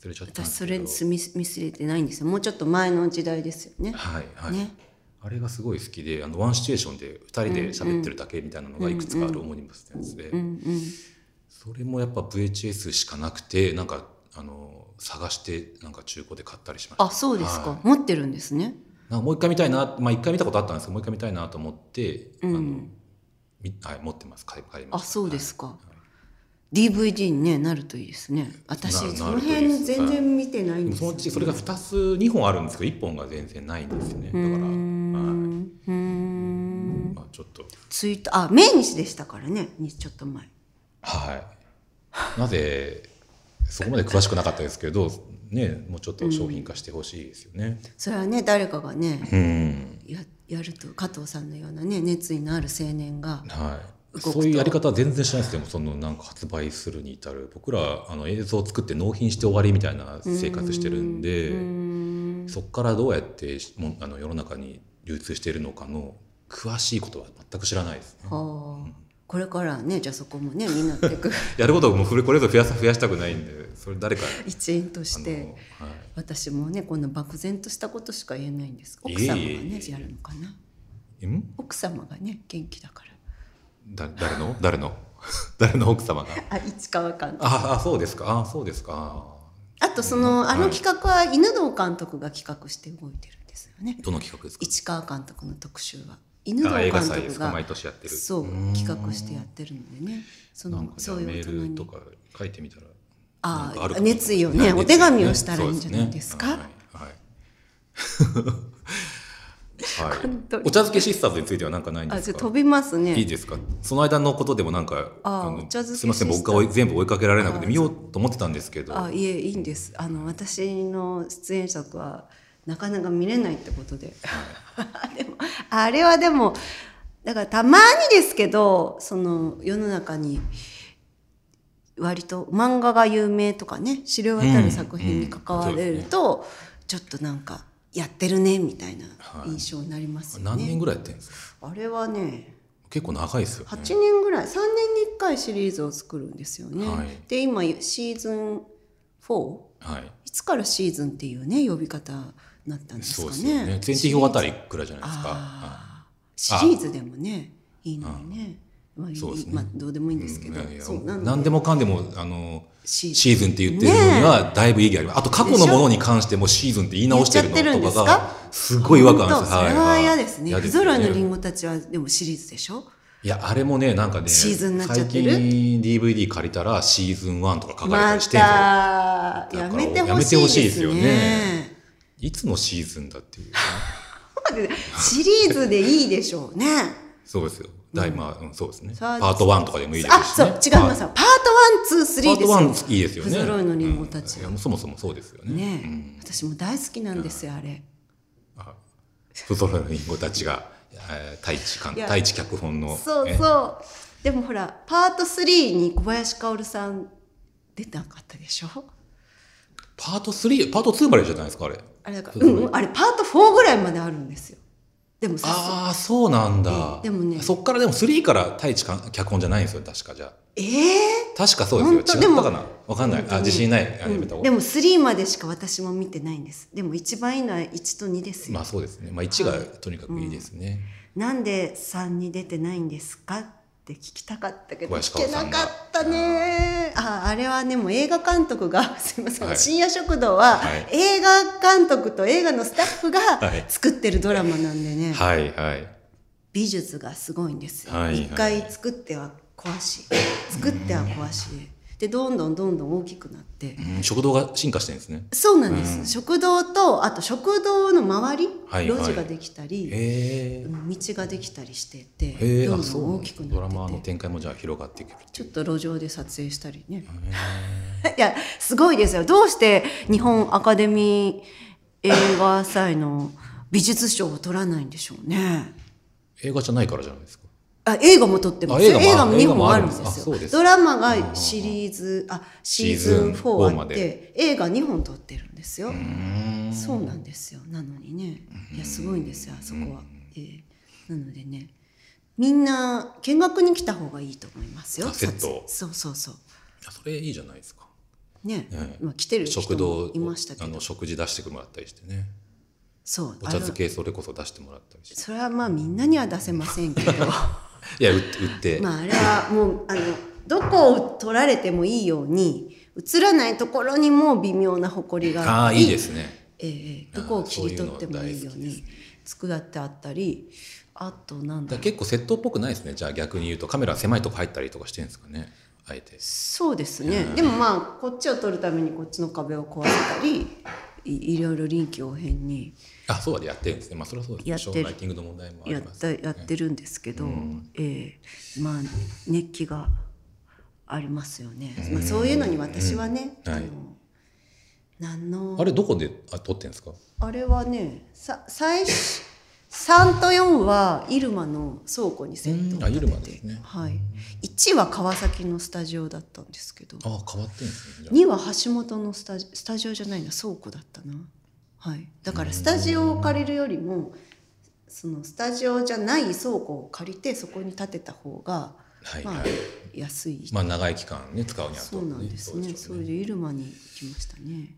Speaker 1: 忘れちゃったんで
Speaker 2: 私
Speaker 1: す
Speaker 2: そ
Speaker 1: け
Speaker 2: れ
Speaker 1: ど
Speaker 2: すみ見すれてないんですよもうちょっと前の時代ですよね
Speaker 1: はいはい、
Speaker 2: ね
Speaker 1: あれがすごい好きであのワンシチュエーションで2人で喋ってるだけみたいなのがいくつかあるオモニバスのやつで、
Speaker 2: うんうん
Speaker 1: それもやっぱ VHS しかなくてなんかあの探してなんか中古で買ったりしました
Speaker 2: あそうですか、
Speaker 1: はい
Speaker 2: 持ってるんですね
Speaker 1: なんかもう一回見たいな、まあ一回見たことあったんですけど、もう一回見たいなと思って、あのみはい、持ってます、買い買いま
Speaker 2: あ
Speaker 1: した。
Speaker 2: そうですか、 DVD に、ね、なるといいですね私
Speaker 1: な
Speaker 2: そ
Speaker 1: な
Speaker 2: の
Speaker 1: るといいで
Speaker 2: 辺
Speaker 1: す
Speaker 2: 全然見てないん
Speaker 1: でも
Speaker 2: です
Speaker 1: その
Speaker 2: よ
Speaker 1: うちそれが2つ2本あるんですけど1本が全然ないんですねだか
Speaker 2: う
Speaker 1: ら
Speaker 2: ーん
Speaker 1: は
Speaker 2: う
Speaker 1: い
Speaker 2: ーん
Speaker 1: まあ、ちょっと
Speaker 2: ツイートあ命日でしたからねにちょっと前
Speaker 1: はいなぜそこまで詳しくなかったですけどねもうちょっと商品化してほしいですよね
Speaker 2: それはね誰かがね
Speaker 1: うん、
Speaker 2: ややると加藤さんのようなね熱意のある青年が
Speaker 1: はい
Speaker 2: 動くと
Speaker 1: そういうやり方は全然しないですよもうそのなんか発売するに至る僕らあの映像を作って納品して終わりみたいな生活してるんで
Speaker 2: うーん
Speaker 1: そこからどうやってもんあの世の中に流通しているのかの詳しいことは全く知らないですね。
Speaker 2: はあこれからはねじゃあそこもねみんなっていく
Speaker 1: やることをもうこれこれ以上増やさ増やしたくないんでそれ誰か
Speaker 2: 一員と
Speaker 1: あ
Speaker 2: し
Speaker 1: の
Speaker 2: て。
Speaker 1: はい
Speaker 2: 私もねこんな漠然としたことしか言えないんです
Speaker 1: いえ
Speaker 2: 奥
Speaker 1: いえ
Speaker 2: 様がね
Speaker 1: いえいえ
Speaker 2: やるのかなん奥様がね元気だから
Speaker 1: だ誰の誰の 誰の奥様が
Speaker 2: あ市川監督
Speaker 1: ああそうですかあそうですか
Speaker 2: あとそ
Speaker 1: うん
Speaker 2: のあ
Speaker 1: は
Speaker 2: の
Speaker 1: い
Speaker 2: 企画は犬堂監督が企画して動いてるんですよね
Speaker 1: どの企画ですか
Speaker 2: 市川監督の特集は犬堂
Speaker 1: あ
Speaker 2: 監
Speaker 1: 映画祭で
Speaker 2: 督
Speaker 1: すか
Speaker 2: が
Speaker 1: 毎年やってる
Speaker 2: そう
Speaker 1: ーん
Speaker 2: 企画してやってるのでねそ
Speaker 1: な
Speaker 2: の
Speaker 1: んかじゃ
Speaker 2: そ
Speaker 1: あ
Speaker 2: う
Speaker 1: メ
Speaker 2: いう大人
Speaker 1: ールと
Speaker 2: に
Speaker 1: か書いてみたら
Speaker 2: あ
Speaker 1: なんか
Speaker 2: あ
Speaker 1: るかも
Speaker 2: 熱意をね
Speaker 1: 熱
Speaker 2: お手紙をしたらいいんじゃないですか
Speaker 1: ねそうですねはい、はいはい
Speaker 2: 本当に
Speaker 1: お茶漬けシスターズについてはなんかないんで
Speaker 2: あ
Speaker 1: す
Speaker 2: じゃ
Speaker 1: か
Speaker 2: あ飛びますね
Speaker 1: いいですかその間のことでもなんか
Speaker 2: あー
Speaker 1: の
Speaker 2: お茶漬け
Speaker 1: すみません
Speaker 2: シス
Speaker 1: 僕
Speaker 2: ター
Speaker 1: が追い全部追いかけられなくて見ようと思ってたんですけど
Speaker 2: あいえいいんですあの私の出演作はなかなか見れないってことで でもあれはでもだからたまにですけどその世の中に割と漫画が有名とかね知れ渡る作品に関われると、ちょっとなんかやってるねみたいな
Speaker 1: はい
Speaker 2: 印象になりますよ
Speaker 1: 何
Speaker 2: ね。
Speaker 1: 年ぐらいやってるんですか
Speaker 2: あれはね
Speaker 1: 結構長いですよね
Speaker 2: 8年ぐらい3年に1回シリーズを作るんですよね。
Speaker 1: はい
Speaker 2: で今シーズン 4?
Speaker 1: はい
Speaker 2: いつからシーズンっていうね呼び方になったんです
Speaker 1: そう
Speaker 2: か
Speaker 1: で
Speaker 2: ね。
Speaker 1: すよね。全体表あたりくらいじゃないですか。は
Speaker 2: あーシリーズでもねいいのにね。まあ、いい
Speaker 1: そうですね
Speaker 2: まあどうでもいい
Speaker 1: い
Speaker 2: んですけど、
Speaker 1: うんいやいや
Speaker 2: そうなん
Speaker 1: 何でもかんでもあの
Speaker 2: シーズン
Speaker 1: シーズンって言ってるのにはだいぶ意義あります。あと過去のものに関してもシーズンって言い直してる
Speaker 2: 言っちゃってるん
Speaker 1: の
Speaker 2: で
Speaker 1: とか
Speaker 2: すか
Speaker 1: がすごい違和感あるんです。
Speaker 2: 本当それはい嫌ですね。
Speaker 1: 嫌
Speaker 2: 不揃いのリン
Speaker 1: ゴ。
Speaker 2: ゴたちはでもシリーズでしょ。
Speaker 1: いやあれもねなんかね
Speaker 2: シーズンになっちゃってる
Speaker 1: 最近 DVD 借りたらシーズン1とか書かれた
Speaker 2: ま
Speaker 1: りしてるんですよ
Speaker 2: た
Speaker 1: だ
Speaker 2: や
Speaker 1: から
Speaker 2: めてほしいですよ
Speaker 1: やめてほしいです
Speaker 2: ね。
Speaker 1: いつのシーズンだっていう。
Speaker 2: シリーズでいいでしょ うね。
Speaker 1: そうですよ。だいまあうんそうですね。
Speaker 2: さ
Speaker 1: パ
Speaker 2: あ
Speaker 1: ート1とかでもいいで
Speaker 2: あ、
Speaker 1: すし
Speaker 2: そ
Speaker 1: ね。
Speaker 2: う違います。パートワン、ツー、スリ
Speaker 1: パ
Speaker 2: ー
Speaker 1: ー
Speaker 2: で
Speaker 1: ト
Speaker 2: すよ。
Speaker 1: 1いいですよね。
Speaker 2: 不揃いのリンゴたち
Speaker 1: うんいやもうそもそもそうですよね。
Speaker 2: ね
Speaker 1: うん
Speaker 2: 私も大好きなんですよあれ。
Speaker 1: 不揃いのリンゴたちが、えー、太一監
Speaker 2: いや
Speaker 1: 太一脚本の。
Speaker 2: そう
Speaker 1: え
Speaker 2: そう。でもほら、パート3に小林薫さん出てなかったでしょ
Speaker 1: パート3、パート2までじゃないですか、あれ。
Speaker 2: あれだか
Speaker 1: そう
Speaker 2: ら、う
Speaker 1: そうん
Speaker 2: うん、あれパート4ぐらいまであるんですよ。でもさす、
Speaker 1: ああ、そうなんだ。
Speaker 2: でもね
Speaker 1: そっからでも3から太一監脚本じゃないんですよ、確かじゃあ。
Speaker 2: え
Speaker 1: 確かそうです
Speaker 2: 本当
Speaker 1: よ。違ったか
Speaker 2: で
Speaker 1: な
Speaker 2: も
Speaker 1: わかんない。あ、自信ない。あ、やめ
Speaker 2: ー
Speaker 1: た方
Speaker 2: うん、
Speaker 1: が
Speaker 2: でも3までしか私も見てないんです。でも一番いいのは1と2ですよ。
Speaker 1: まあそうですね。まあ1
Speaker 2: は
Speaker 1: が
Speaker 2: い
Speaker 1: とにかくいいですね。
Speaker 2: なんで3に出てないんですかって聞きたかったけ
Speaker 1: 小
Speaker 2: ど
Speaker 1: 林
Speaker 2: 聞
Speaker 1: 薫
Speaker 2: け
Speaker 1: さ
Speaker 2: なん
Speaker 1: が
Speaker 2: かったねああれはねもう映画監督が すいません、
Speaker 1: はい
Speaker 2: 深夜食堂は
Speaker 1: はい
Speaker 2: 映画監督と映画のスタッフが
Speaker 1: い
Speaker 2: 作ってるドラマなんでね、
Speaker 1: はい、はい。
Speaker 2: 美術がすごいんですよ、
Speaker 1: はいはい
Speaker 2: 一回作っては 壊し作っては壊しでどんどんどんどん大きくなって
Speaker 1: うん、食堂が進化してるんですね。
Speaker 2: そうなんです、食堂とあと食堂の周り、
Speaker 1: はいはい
Speaker 2: 路地ができたり、
Speaker 1: へえ。
Speaker 2: うん道ができたりしてて
Speaker 1: へえ、
Speaker 2: ど
Speaker 1: あ、
Speaker 2: ん
Speaker 1: そ
Speaker 2: ど
Speaker 1: うんなん
Speaker 2: 大
Speaker 1: だ
Speaker 2: きく
Speaker 1: ド
Speaker 2: な
Speaker 1: ラ
Speaker 2: っ
Speaker 1: マ
Speaker 2: て
Speaker 1: の
Speaker 2: て
Speaker 1: 展開もじゃあ広がっていくる。
Speaker 2: ちょっと路上で撮影したりね。 いや、すごいですよ。どうして日本アカデミー映画祭の美術賞を取らないんでしょうね。
Speaker 1: 映画じゃないからじゃないですか。
Speaker 2: あ映画も撮ってますよ
Speaker 1: あ映画も
Speaker 2: 映画
Speaker 1: 映画
Speaker 2: も2
Speaker 1: も
Speaker 2: 本
Speaker 1: あ
Speaker 2: あ
Speaker 1: る
Speaker 2: る
Speaker 1: ん
Speaker 2: ん
Speaker 1: で
Speaker 2: ですす
Speaker 1: あそう
Speaker 2: よ
Speaker 1: です
Speaker 2: ドラマがシリーズあシーズ
Speaker 1: シ
Speaker 2: ン
Speaker 1: ーズン4
Speaker 2: 4あ
Speaker 1: ま
Speaker 2: っ
Speaker 1: で
Speaker 2: て映画2本撮ってるんですよ
Speaker 1: うん。
Speaker 2: そうなんですよなのにねいやすごいんですよあそこは、ええなのでねみんな見学に来た方がいいと思いますよ
Speaker 1: カセットを
Speaker 2: そうそうそう
Speaker 1: いやそれいいじゃないですか。
Speaker 2: ね、
Speaker 1: ええ
Speaker 2: まあ、来てる人
Speaker 1: 食堂
Speaker 2: もいましたけ
Speaker 1: あ
Speaker 2: ど
Speaker 1: の食事出してもらったりしてね
Speaker 2: そう
Speaker 1: お茶漬けそれこそ出してもらったりし
Speaker 2: あ
Speaker 1: て
Speaker 2: のそれはまあみんなには出せませんけど
Speaker 1: いや売売って、
Speaker 2: まああれはもうあのどこを取られてもいいように映らないところにも微妙な誇り
Speaker 1: あ
Speaker 2: が
Speaker 1: あいいですね
Speaker 2: ええええどこを切り取ってもいいよう
Speaker 1: そういうの大好きで
Speaker 2: に作ってあったりあとなん
Speaker 1: だか
Speaker 2: だ
Speaker 1: ら結構窃盗っぽくないですねじゃあ逆に言うとカメラ狭いとこ入ったりとかしてるんですかねあえて
Speaker 2: そうですね、でもまあこっちを取るためにこっちの壁を壊したりいいろいろ臨機応変に
Speaker 1: あそうでやってるんですねまあそれはそうです
Speaker 2: や
Speaker 1: ね
Speaker 2: って
Speaker 1: ショ
Speaker 2: る
Speaker 1: ーライティングの問題もあ
Speaker 2: や
Speaker 1: り
Speaker 2: っ
Speaker 1: ます
Speaker 2: たやってるんですけど、ええまあ熱気がありますよね、まあ、そういうのに私はね、
Speaker 1: うんはい
Speaker 2: あの何の
Speaker 1: あれどこであ撮ってんですか
Speaker 2: あれはねさ最初3と4は入間の倉庫にセットを
Speaker 1: うんあ入間
Speaker 2: 立
Speaker 1: で
Speaker 2: て
Speaker 1: す
Speaker 2: て、
Speaker 1: ね
Speaker 2: はい、1は川崎のスタジオだったんですけど
Speaker 1: ああ変わってんですねじゃ
Speaker 2: 2は橋本のスタジスタジオじゃないな倉庫だったな、はい、だからスタジオを借りるよりもそのスタジオじゃない倉庫を借りてそこに建てた方が、
Speaker 1: あはい
Speaker 2: ま
Speaker 1: は
Speaker 2: あ
Speaker 1: い、
Speaker 2: 安い、
Speaker 1: まあ長い期間ね使うには
Speaker 2: そうなんですねそ
Speaker 1: そう
Speaker 2: れ
Speaker 1: でしょうね
Speaker 2: で入間に行きましたね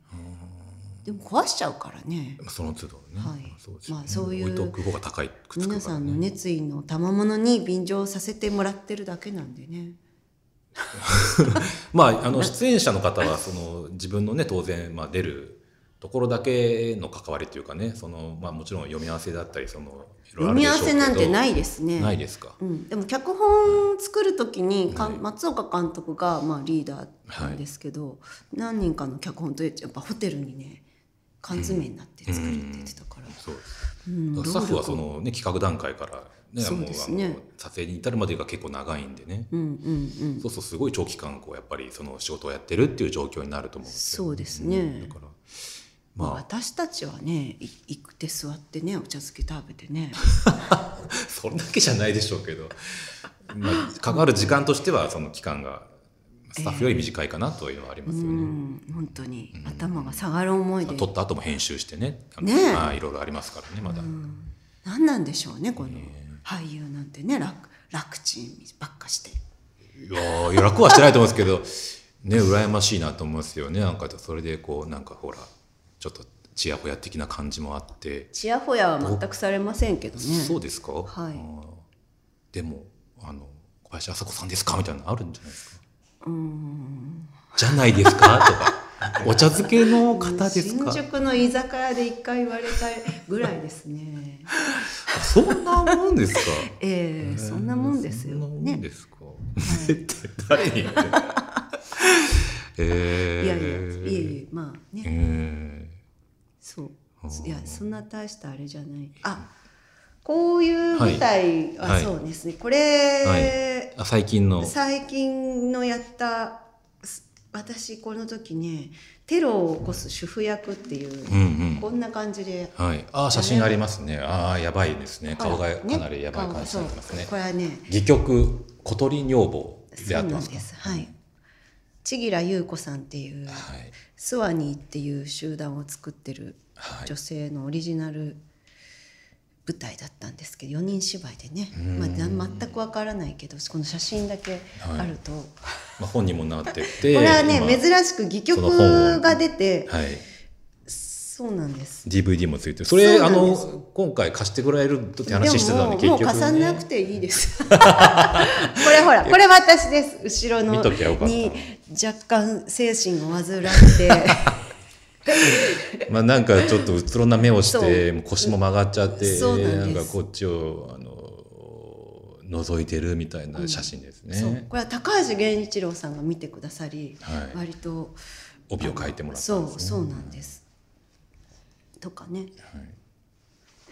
Speaker 2: でも壊しちゃうからね
Speaker 1: まあその都度ね、
Speaker 2: はい
Speaker 1: そうですよね
Speaker 2: まあそういう
Speaker 1: 置いとく方が高いくつくからね
Speaker 2: 皆さんの熱意の賜物に便乗させてもらってるだけなんでね
Speaker 1: まあ、あの出演者の方はそ の自分のね当然、まあ、出るところだけの関わりというかねその、まあ、もちろん読み合わせだったりそのいろいろある
Speaker 2: 読
Speaker 1: で
Speaker 2: み
Speaker 1: し
Speaker 2: 合
Speaker 1: ょ
Speaker 2: わ
Speaker 1: うけ
Speaker 2: せ
Speaker 1: ど
Speaker 2: なんてないですね
Speaker 1: ないですか
Speaker 2: うん、でも脚本を作る時にかん、松岡監督がまあリーダーなんですけど、何人かの脚本とやっぱホテルにね缶詰になって作るって言ってたから、
Speaker 1: そうです
Speaker 2: うん
Speaker 1: だからスタッフはその、ね、企画段階から、ね
Speaker 2: そうですね
Speaker 1: もうあの撮影に至るまでが結構長いんでね、
Speaker 2: うんうんうん
Speaker 1: そうそうすごい長期間こうやっぱりその仕事をやってるっていう状況になると思うんですよ
Speaker 2: そうですね
Speaker 1: うんだから
Speaker 2: まあ、
Speaker 1: ま
Speaker 2: 私たちはねい行くて座ってねお茶漬け食べてね
Speaker 1: あそれだけじゃないでしょうけど、まあ、関わる時間としてはその期間がスタッフより短いかなというのはありますよね。
Speaker 2: うん本当に頭が下がる思いで、
Speaker 1: 撮った後も編集してねあの
Speaker 2: ねえ
Speaker 1: まあいろいろありますからねまだ、
Speaker 2: 何なんでしょうねこの俳優なんてね楽楽ちんばっかして
Speaker 1: いやーいや楽はしてないと思うんですけどね羨ましいなと思いますよねなんかそれでこうなんかほらちょっとちやほや的な感じもあって、
Speaker 2: ちやほやは全くされませんけどね
Speaker 1: そうですか、
Speaker 2: はい
Speaker 1: あーでもあの小林朝子さんですかみたいなのあるんじゃないですかじゃないですかとか お茶漬けの方ですか
Speaker 2: 新宿の居酒屋で一回言われたぐらいで すね。
Speaker 1: あそんなもんですか
Speaker 2: ええ そんなもんですよ
Speaker 1: そんなもん
Speaker 2: ね。
Speaker 1: ですか。絶対誰に言って んの。えー、
Speaker 2: いやいや、いえいえ、まあね、
Speaker 1: え
Speaker 2: そう
Speaker 1: あー。
Speaker 2: いや、そんな大したあれじゃない。あ、こういう舞台、
Speaker 1: はい
Speaker 2: あ、
Speaker 1: はい
Speaker 2: そうですね。こ
Speaker 1: は
Speaker 2: れ、
Speaker 1: ーあ最近の。
Speaker 2: 最近のやった、す私この時ね、テロを起こす主婦役っていう、
Speaker 1: うん
Speaker 2: こんな感じで、
Speaker 1: うん。はい。あー写真ありますね。ああやばいですね。顔が
Speaker 2: ほらね
Speaker 1: かなりやばい感じになってます
Speaker 2: 顔が
Speaker 1: ね
Speaker 2: そう。これはね、
Speaker 1: 戯曲小鳥女房で
Speaker 2: そ
Speaker 1: あ
Speaker 2: う
Speaker 1: って
Speaker 2: な
Speaker 1: ま
Speaker 2: ん
Speaker 1: すか。
Speaker 2: です。はい。千吉良優子さんっていう、
Speaker 1: はい
Speaker 2: スワニーっていう集団を作ってる
Speaker 1: はい
Speaker 2: 女。性のオリジナル舞台だったんですけど4人芝居でね、まあ、な全くわからないけどこの写真だけあると、
Speaker 1: まあ本にもなってて。
Speaker 2: これはね
Speaker 1: 今
Speaker 2: 珍しく戯
Speaker 1: その本を
Speaker 2: 曲が出て
Speaker 1: はい。
Speaker 2: そうなんです。
Speaker 1: DVD もついてる。それ
Speaker 2: そう
Speaker 1: あ
Speaker 2: なんで
Speaker 1: の
Speaker 2: す
Speaker 1: 今回貸してくれるって
Speaker 2: で
Speaker 1: 話してた
Speaker 2: も
Speaker 1: の
Speaker 2: も
Speaker 1: に
Speaker 2: う
Speaker 1: 結局ね。
Speaker 2: もう貸さなくていいです。 これほらこれ私です後ろの
Speaker 1: 見ときゃよかった
Speaker 2: に若干精神を患って
Speaker 1: まあなんかちょっとうつろな目をし
Speaker 2: そ
Speaker 1: て
Speaker 2: う
Speaker 1: もう腰も曲がっちゃって
Speaker 2: そうなんです
Speaker 1: かこっちをあの覗いてるみたいな写真です
Speaker 2: そう
Speaker 1: ね、
Speaker 2: これは高橋源一郎さんが見てくださり、
Speaker 1: はい
Speaker 2: 割と
Speaker 1: 帯を書いてもらった
Speaker 2: そ
Speaker 1: んで
Speaker 2: う
Speaker 1: す
Speaker 2: そうなんです。とかね
Speaker 1: ね、はい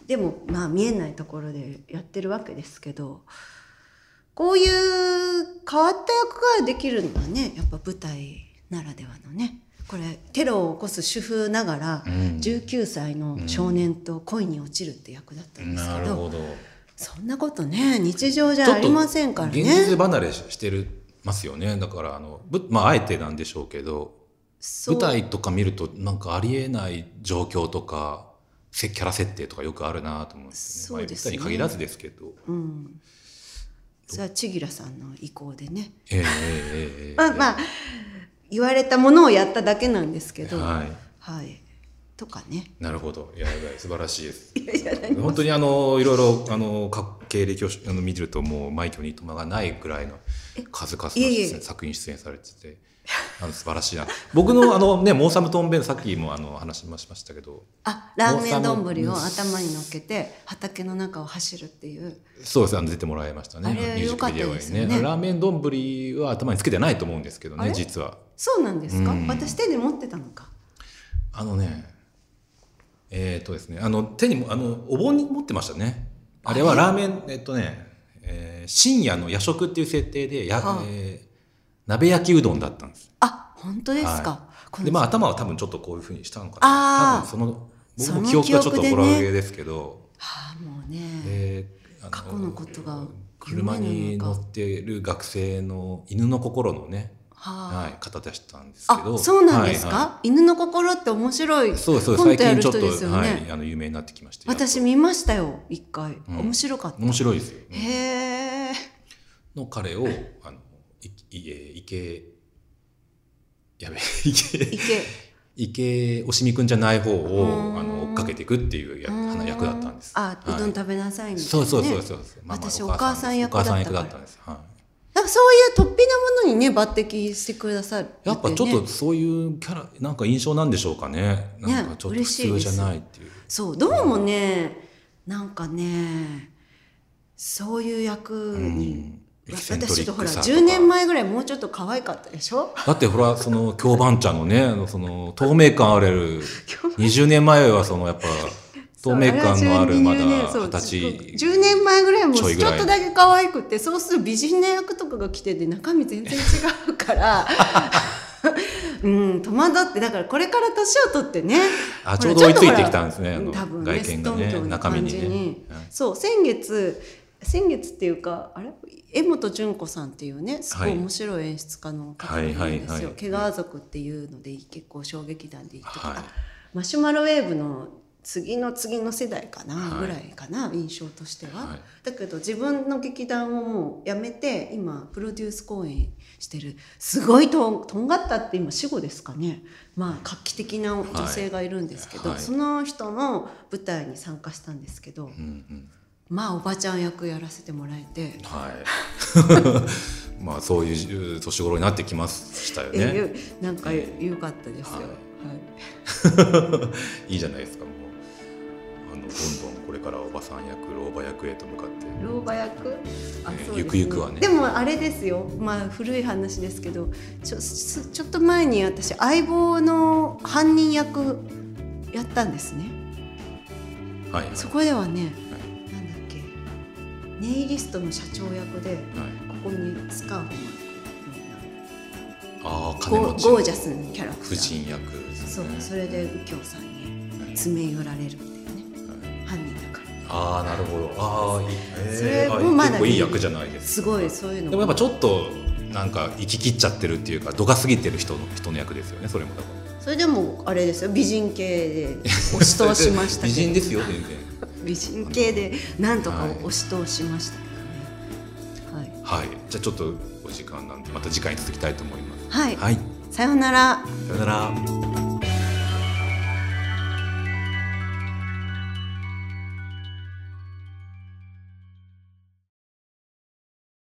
Speaker 2: でもまあ見えないところでやってるわけですけどこういう変わった役ができるのはねやっぱ舞台ならではのねこれテロを起こす主婦ながら
Speaker 1: ん
Speaker 2: 19歳の少年と恋に落ちるって役だったんです
Speaker 1: な
Speaker 2: け
Speaker 1: る
Speaker 2: ど,、
Speaker 1: ほど
Speaker 2: そんなことね日常じゃありませんから
Speaker 1: ちょっと現
Speaker 2: ね
Speaker 1: 実。離れしてるますよねだからあのぶまああえてなんでしょうけど
Speaker 2: そう
Speaker 1: 舞台とか見るとなんかありえない状況とかせキャラ設定とかよくあるなと思うんですよね
Speaker 2: そうですね
Speaker 1: まあ舞台に限らずですけ ど、
Speaker 2: うん、それは千吉さんの意向でね、
Speaker 1: ええええええええ
Speaker 2: まあまあ言われたものをやっただけなんですけど、
Speaker 1: はい
Speaker 2: はいとかね。
Speaker 1: なるほど。いや、いや素晴らしいです。
Speaker 2: いやいや何も
Speaker 1: 本当にあのいろいろあのか経歴をしあの見てるともうマイケルにとまがないぐらいの数々の出演
Speaker 2: いえいえ
Speaker 1: 作品出演されててあの素晴らしいな僕のあのねモーサムトンベンさっきもあの話もしましたけど
Speaker 2: あラーメン
Speaker 1: う
Speaker 2: 丼
Speaker 1: ん
Speaker 2: を頭に乗っけて畑の中を走るっていう
Speaker 1: そうですあの出てもらいましたね
Speaker 2: あれ
Speaker 1: のミュージックビデオ
Speaker 2: 良かったで
Speaker 1: に
Speaker 2: すよ
Speaker 1: ね
Speaker 2: ね
Speaker 1: ラーメン丼は頭につけてないと思うんですけど
Speaker 2: あ
Speaker 1: ね
Speaker 2: れ
Speaker 1: 実は
Speaker 2: そうなんですか、
Speaker 1: うん
Speaker 2: 私手で持ってたのか
Speaker 1: あのねえっ、とですねあの手にもあのお盆に持ってましたねあれはラーメンえっとね、えー深夜の夜食っていう設定でや、
Speaker 2: はあ
Speaker 1: えー鍋焼きうどんだったんです
Speaker 2: あ本当ですか、
Speaker 1: は
Speaker 2: この
Speaker 1: でまあ頭は多分ちょっとこういうふうにしたのかな
Speaker 2: あー
Speaker 1: 多分その僕
Speaker 2: そ
Speaker 1: も
Speaker 2: の
Speaker 1: 記憶がちょっと
Speaker 2: 記憶でね
Speaker 1: ボロ上げですけど、
Speaker 2: はあもうね
Speaker 1: えーあ
Speaker 2: 過去のことが
Speaker 1: 車に
Speaker 2: 夢な
Speaker 1: 乗
Speaker 2: のか
Speaker 1: ってる学生の犬の心のね、は、
Speaker 2: はい
Speaker 1: 方出したんですけ
Speaker 2: あ
Speaker 1: ど
Speaker 2: そうなんですか、
Speaker 1: はいは
Speaker 2: 犬の心って面白い
Speaker 1: いそうですそうです
Speaker 2: コン
Speaker 1: 最
Speaker 2: トや
Speaker 1: 近
Speaker 2: る
Speaker 1: ちょ
Speaker 2: 人
Speaker 1: っと、
Speaker 2: ですよね
Speaker 1: はい、あの有名になってきまして
Speaker 2: 私見ましたよ一回、
Speaker 1: うん
Speaker 2: 面白かった、
Speaker 1: 面白いですよ、
Speaker 2: へえ
Speaker 1: の彼をあのいいえ池やべ 池
Speaker 2: 池
Speaker 1: 池おしみくんじゃない方
Speaker 2: う
Speaker 1: を
Speaker 2: ーん
Speaker 1: あの追っかけていくっていうや花役だったんです。
Speaker 2: あうどん食べなさいみたいな、ね
Speaker 1: そうそうそうそうです。ママ
Speaker 2: 私
Speaker 1: の
Speaker 2: お母さん役だったか
Speaker 1: ん
Speaker 2: ら
Speaker 1: ですお母さん役だったんです。はい
Speaker 2: なんかそういう突飛なものにね抜擢してくださるて
Speaker 1: や
Speaker 2: ね
Speaker 1: っぱちょっとそういうキャラなんか印象なんでしょうかね。なんかちょっと普
Speaker 2: 嬉しい
Speaker 1: 通
Speaker 2: です
Speaker 1: じゃないっていう。
Speaker 2: そうどうもねなんかねそういう役に、
Speaker 1: うんエ
Speaker 2: わ
Speaker 1: キセントリ
Speaker 2: 私
Speaker 1: ッ
Speaker 2: とほ
Speaker 1: ク
Speaker 2: ら
Speaker 1: さとか
Speaker 2: 10年前ぐらいもうちょっと可愛かったでしょ
Speaker 1: だってほらその京番茶のねあのその透明感ある20年前はそのや っぱ透明感のあるまだ
Speaker 2: そう
Speaker 1: 二十歳
Speaker 2: 10年前ぐらいも
Speaker 1: ち
Speaker 2: ち
Speaker 1: ょ
Speaker 2: ょ
Speaker 1: いぐらい
Speaker 2: っとだけ可愛くてそうすると美人な役とかが来てて中身全然違うか らうん戸惑ってだからこれから年を取ってね
Speaker 1: あ
Speaker 2: ほら
Speaker 1: ちょうど追いついてき
Speaker 2: ちょっとほ
Speaker 1: た
Speaker 2: ら
Speaker 1: んですねあの
Speaker 2: 多分
Speaker 1: 外
Speaker 2: ね
Speaker 1: 見
Speaker 2: ス
Speaker 1: が
Speaker 2: トン
Speaker 1: ね
Speaker 2: とな
Speaker 1: 中身
Speaker 2: 感
Speaker 1: に
Speaker 2: じ
Speaker 1: ね
Speaker 2: にそう先月先月っていうかあれ江本純子さんっていうねすご
Speaker 1: はいい
Speaker 2: 面白い演出家の方なんですよ、
Speaker 1: はいはいはい
Speaker 2: 毛川族っていうので結構小劇団で行ってた、
Speaker 1: はい
Speaker 2: マシュマロウェーブの次の次の世代かな、
Speaker 1: はい
Speaker 2: ぐらいかな印象としては、
Speaker 1: はい
Speaker 2: だけど自分の劇団をもうやめて今プロデュース公演してるすごいとんとんがったって今死後ですかねまあ画期的な女性がいるんですけど、
Speaker 1: はい
Speaker 2: その人の舞台に参加したんですけど、
Speaker 1: うん
Speaker 2: まあおばちゃん役やらせてもらえて、
Speaker 1: うんはい まあそういう年頃になってきましたよ
Speaker 2: え
Speaker 1: ね
Speaker 2: ゆなんか良かったですよ、
Speaker 1: はい
Speaker 2: は い
Speaker 1: いいじゃないですかもうあのどんどんこれからおばさん役老婆役へと向かって
Speaker 2: 老婆役あ
Speaker 1: えー
Speaker 2: そうです
Speaker 1: ゆくゆくはね
Speaker 2: でもあれですよまあ古い話ですけどちょすちょっと前に私相棒の犯人役やったんですね
Speaker 1: はいはい
Speaker 2: そこではねなんだっけネイリストの社長役で
Speaker 1: はい
Speaker 2: ここにスカーフのよ
Speaker 1: ああ
Speaker 2: うな
Speaker 1: 金
Speaker 2: ゴ
Speaker 1: 持
Speaker 2: ー
Speaker 1: ち
Speaker 2: ゴージャスなキャラクター
Speaker 1: 夫人役です
Speaker 2: そう
Speaker 1: ね
Speaker 2: それで右京さんに詰め寄られるみたいなね犯人だから
Speaker 1: ああなるほどああいい
Speaker 2: そ
Speaker 1: え
Speaker 2: れ
Speaker 1: ーあ
Speaker 2: もまだ
Speaker 1: 結構いい役じゃないですか
Speaker 2: すごいそういうの
Speaker 1: でもやっぱちょっとなんか行き切っちゃってるっていうか度が過ぎてる人の人の役ですよねそれもだから
Speaker 2: それでもあれですよ美人系で押し通し ましたけど
Speaker 1: 美人ですよ全然
Speaker 2: 美人系でなんとか押し通しましたけどね
Speaker 1: はいじゃあちょっとお時間なんでまた次回に続きたいと思います
Speaker 2: はい、はい
Speaker 1: はい
Speaker 2: さようなら
Speaker 1: さよなら